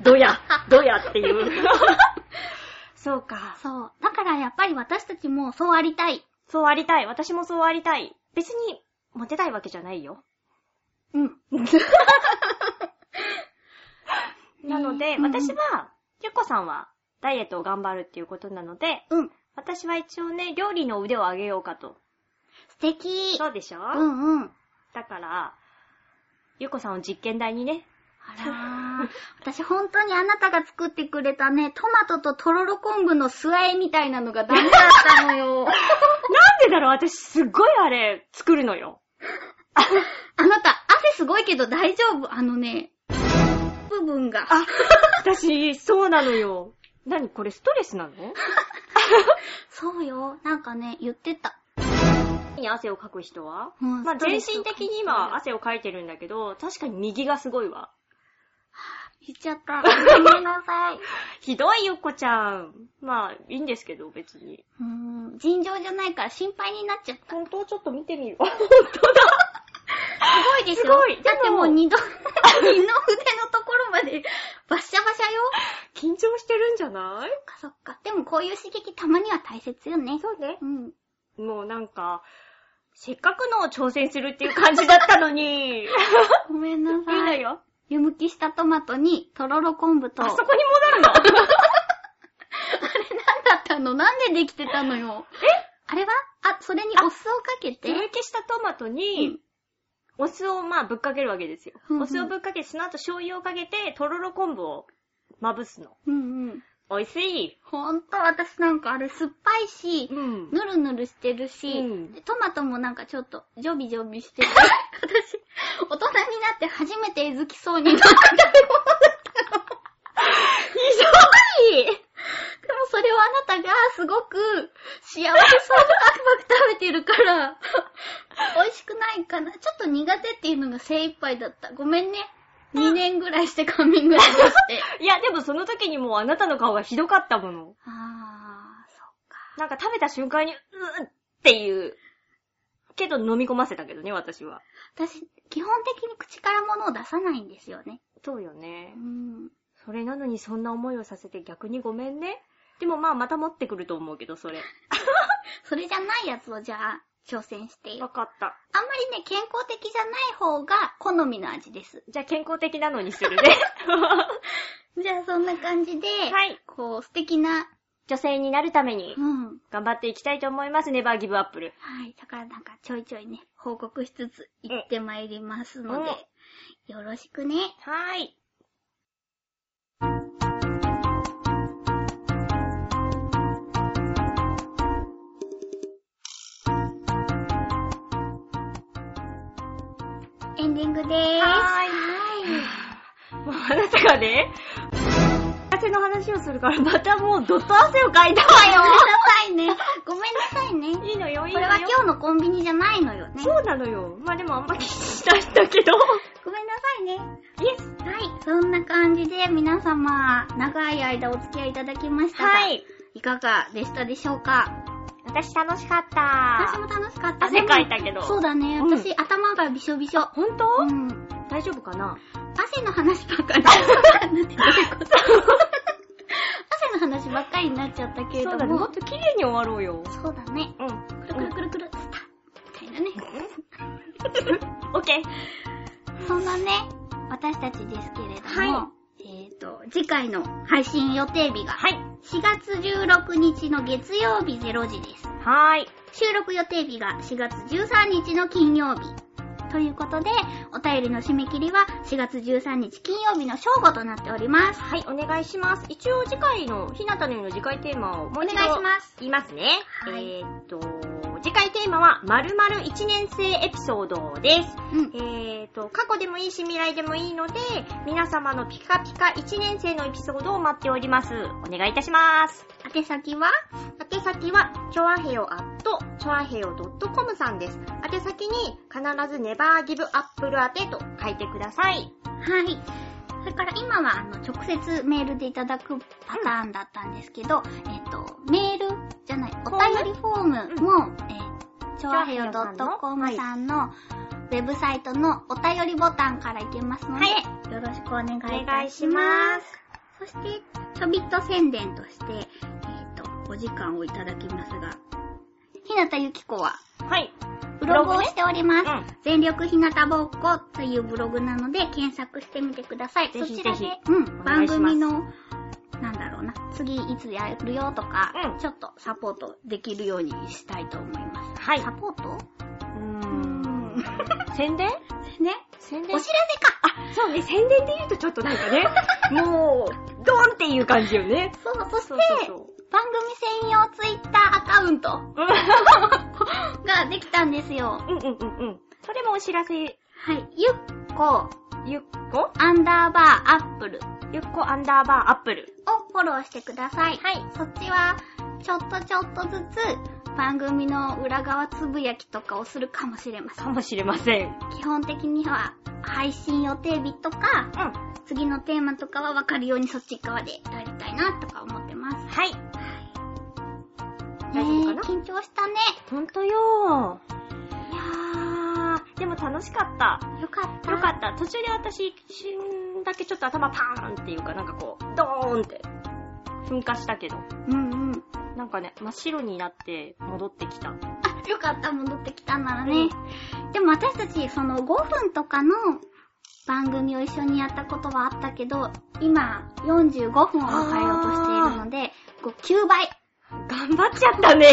B: どや、どやっていう。 そうか。
A: そう。だからやっぱり私たちもそうありたい。
B: そうありたい。私もそうありたい。別に、モテたいわけじゃないよ。
A: うん。
B: なので、
A: うん
B: 私は、ゆっこさんは、ダイエットを頑張るっていうことなので、
A: うん。
B: 私は一応ね、料理の腕を上げようかと。
A: 素敵。
B: そうでしょ、
A: うんうん。
B: だから、ゆっこさんを実験台にね。
A: あらー。 私本当にあなたが作ってくれたね、トマトととろろ昆布の素和えみたいなのがダメだったの よ。
B: なんでだろう私すっごいあれ、作るのよ。
A: あなた、汗すごいけど大丈夫あのね、部分が。あ、
B: 私、そうなのよ。何これストレスなの
A: そうよ。なんかね、言ってた。
B: に汗をかく人は、
A: うん
B: まあ
A: ストレ
B: 全
A: スを
B: 身的に今汗をかいてるんだけど、確かに右がすごいわ。
A: 言っちゃ った。ごめんなさい。
B: ひどいゆっこちゃん。まあ、いいんですけど、別に。
A: うーん、尋常じゃないから心配になっちゃった。
B: 本当ちょっと見てみる。本当だ
A: すごいでしょ
B: すごい
A: だってもう
B: でも
A: 二度、 二の腕のところまで バッシャバシャよ。
B: 緊張してるんじゃない
A: そっかそっか。でもこういう刺激たまには大切よね。
B: そうね
A: う。ん。
B: もうなんか、せっかくのを挑戦するっていう感じだったの に。いい
A: ごめんなさい。
B: のよ。
A: 湯むきしたトマトにとろろ昆布と。
B: あそ
A: あれ
B: こに 戻るの。
A: なんだったのなんでできてたのよ。えあれはあ、それにお酢をかけて
B: 手。抜きしたトマトに、お酢をまあぶっかけるわけですよ
A: うんう。ん
B: お酢をぶっかけて、その後醤油をかけて、とろろ昆布をまぶすの。
A: うんうん。
B: 美味しい。
A: ほんと、私なんかあれ酸っぱいし、
B: ん。
A: ぬるぬるしてるし、
B: うん
A: でトマトもなんかちょっと、ジョビジョビしてる。 私、大人になって初めてえずきそうに なった食べ物だったの。ひどいでもそそれをあなたがすごく幸せそうにパクパク食べてるから、 美味しくないかな。ちょっと苦手っていうのが精一杯だった。ごめんね。2年ぐらいしてカミングアウト して。
B: いや、でもその時にもうあなたの顔がひどかったもの。
A: あー、そ
B: なんか食べた瞬間に、うーっていう。けど飲み込ませたけどね、私は。
A: う。私、基本的に口から物を出さないんですよね。
B: そうよね
A: う。ん。
B: それなのにそんな思いをさせて逆にごめんね。でもまあまた持ってくると思うけど、それ。
A: それじゃないやつをじゃあ、挑戦してよ
B: わ。かった。
A: あんまりね、健康的じゃない方が好みの味です。
B: じゃあ健康的なのにするね。
A: じゃあそんな感じで、
B: はい
A: こう、素敵な、
B: 女性になるために
A: うん。
B: 頑張っていきたいと思います。ネバーギブアップル。
A: はい。だからなんかちょいちょいね、報告しつつ行ってまいりますので、よろしくね。
B: はーい。
A: エンディングでーす。
B: は
A: ーい。
B: もうあなたがね、汗の話をするからまたもうどっと汗をかいたわ
A: ごめんなさいね。ごめんなさいね。
B: よ。いいのよ、いい
A: こ
B: の
A: れは
B: よ。
A: 今日のコンビニじゃないのよね。
B: そうなのよ。まあでもあんまりしたんだ けど。
A: ごめんなさいね。
B: イエス
A: はい。そんな感じで皆様、長い間お付き合いいただきましたが、
B: はい。
A: いかがでしたでしょうか
B: 私楽しかっ
A: 私
B: た。
A: も楽しかった。
B: 汗かいたけど
A: でもそうだね。
B: うん
A: 私、頭がびしょびしょ。
B: 本当、
A: うん。
B: 大丈夫かな
A: 汗の話ばっ かり。汗の話ばっかりになっちゃったけれ
B: そ
A: ど
B: うだね。も
A: も
B: っ。と綺麗に終わろうよ。
A: そうだね。
B: うん。
A: くるくるくるくる、スタッみたいなね。
B: オッケー。
A: そんなね、私たちですけれども、
B: は
A: えっ、と、次回の配信予定日が、
B: はい。
A: 4月16日の月曜日0時です。
B: はーい。
A: 収録予定日が4月13日の金曜日。ということで、お便りの締め切りは4月13日金曜日の正午となっております。
B: はい、お願いします。一応次回の、ひなたのようの次回テーマをもう一
A: お
B: 度
A: 願いします
B: 言いますね。
A: はい
B: えーっと、次回テーマは、〇〇1年生エピソードです。
A: うん。
B: えーっと、過去でもいいし未来でもいいので、皆様のピカピカ1年生のエピソードを待っております。お願いいたします。
A: 宛先は
B: 宛先は、ちょあへよ at、ちょあへよ .com さんです。宛先に、必ずネバーギブアップル宛てと書いてください。
A: はい。それから今は、あの、直接メールでいただくパターンだったんですけど、えっと、メールじゃない、
B: フォーム
A: お便りフォームも、えー、ちょあへよ
B: ちょあへよさんの
A: .com さんのウェブサイトのお便りボタンからいけますので、
B: は
A: よろしくお願いい
B: お
A: たします。
B: 願いします。
A: そして、ちょびっと宣伝として、えっ、と、お時間をいただきますが、ひなたゆきこは、
B: はい。
A: ブログをしております。
B: うん
A: 全力ひなたぼっこというブログなので検索してみてください。
B: ぜひ
A: そちらで、
B: ぜ
A: うん、
B: お願
A: 番
B: いします
A: 組の、なんだろうな、次いつやるよとか、
B: うん
A: ちょっとサポートできるようにしたいと思います。
B: はい
A: サポート
B: うーん。宣伝
A: ね。
B: 宣
A: お知らせかあ
B: そうね、宣伝で言うとちょっとなんかね、 もう、ドンっていう感じよね。
A: そう、そして、
B: そうそうそう
A: 番組専用ツイッターアカウントができたんですよ。
B: うんうんうんうん。それもお知らせ、ゆ
A: はい。ゆっこ、
B: っこ
A: アンダーバーアップル
B: ゆっこアンダーバーアップル。
A: をフォローしてください。はい。そっちは、ちょっとちょっとずつ、番組の裏側つぶやきとかをするかもしれません。
B: かもしれません。うん。
A: 基本的には、配信予定日とか、
B: は
A: 次のテーマとかは分かるようにそっち側でやりたいなとか思ってます。
B: い。
A: ね
B: 大丈夫かな
A: え緊張したね。
B: ほんとよー。いやー、でも楽しかった。
A: よかった。
B: よかった。途中で私、一瞬だけちょっと頭パーンっていうか、なんかこう、ドーンって、噴火したけど。
A: うんうん。
B: なんかね、真っ白になって戻ってきた。
A: あ、 よかった、戻ってきたんならね。でも私たち、その5分とかの番組を一緒にやったことはあったけど、今、45分を迎えようとしているので、こう9倍。
B: 頑張っちゃったね。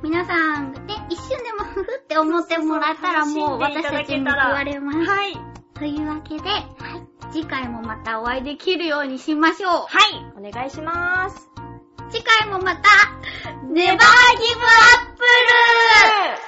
A: 皆さん、ね、一瞬でもふふって思ってもらったらもう
B: 楽し
A: 私
B: んでいた
A: た
B: だけ
A: ちに
B: たら
A: 報われます。
B: はい。
A: というわけで、次回もまたお会いできるようにしましょう。
B: はい。お願いします。
A: 次回もまた、ネバーギブアップル
B: えー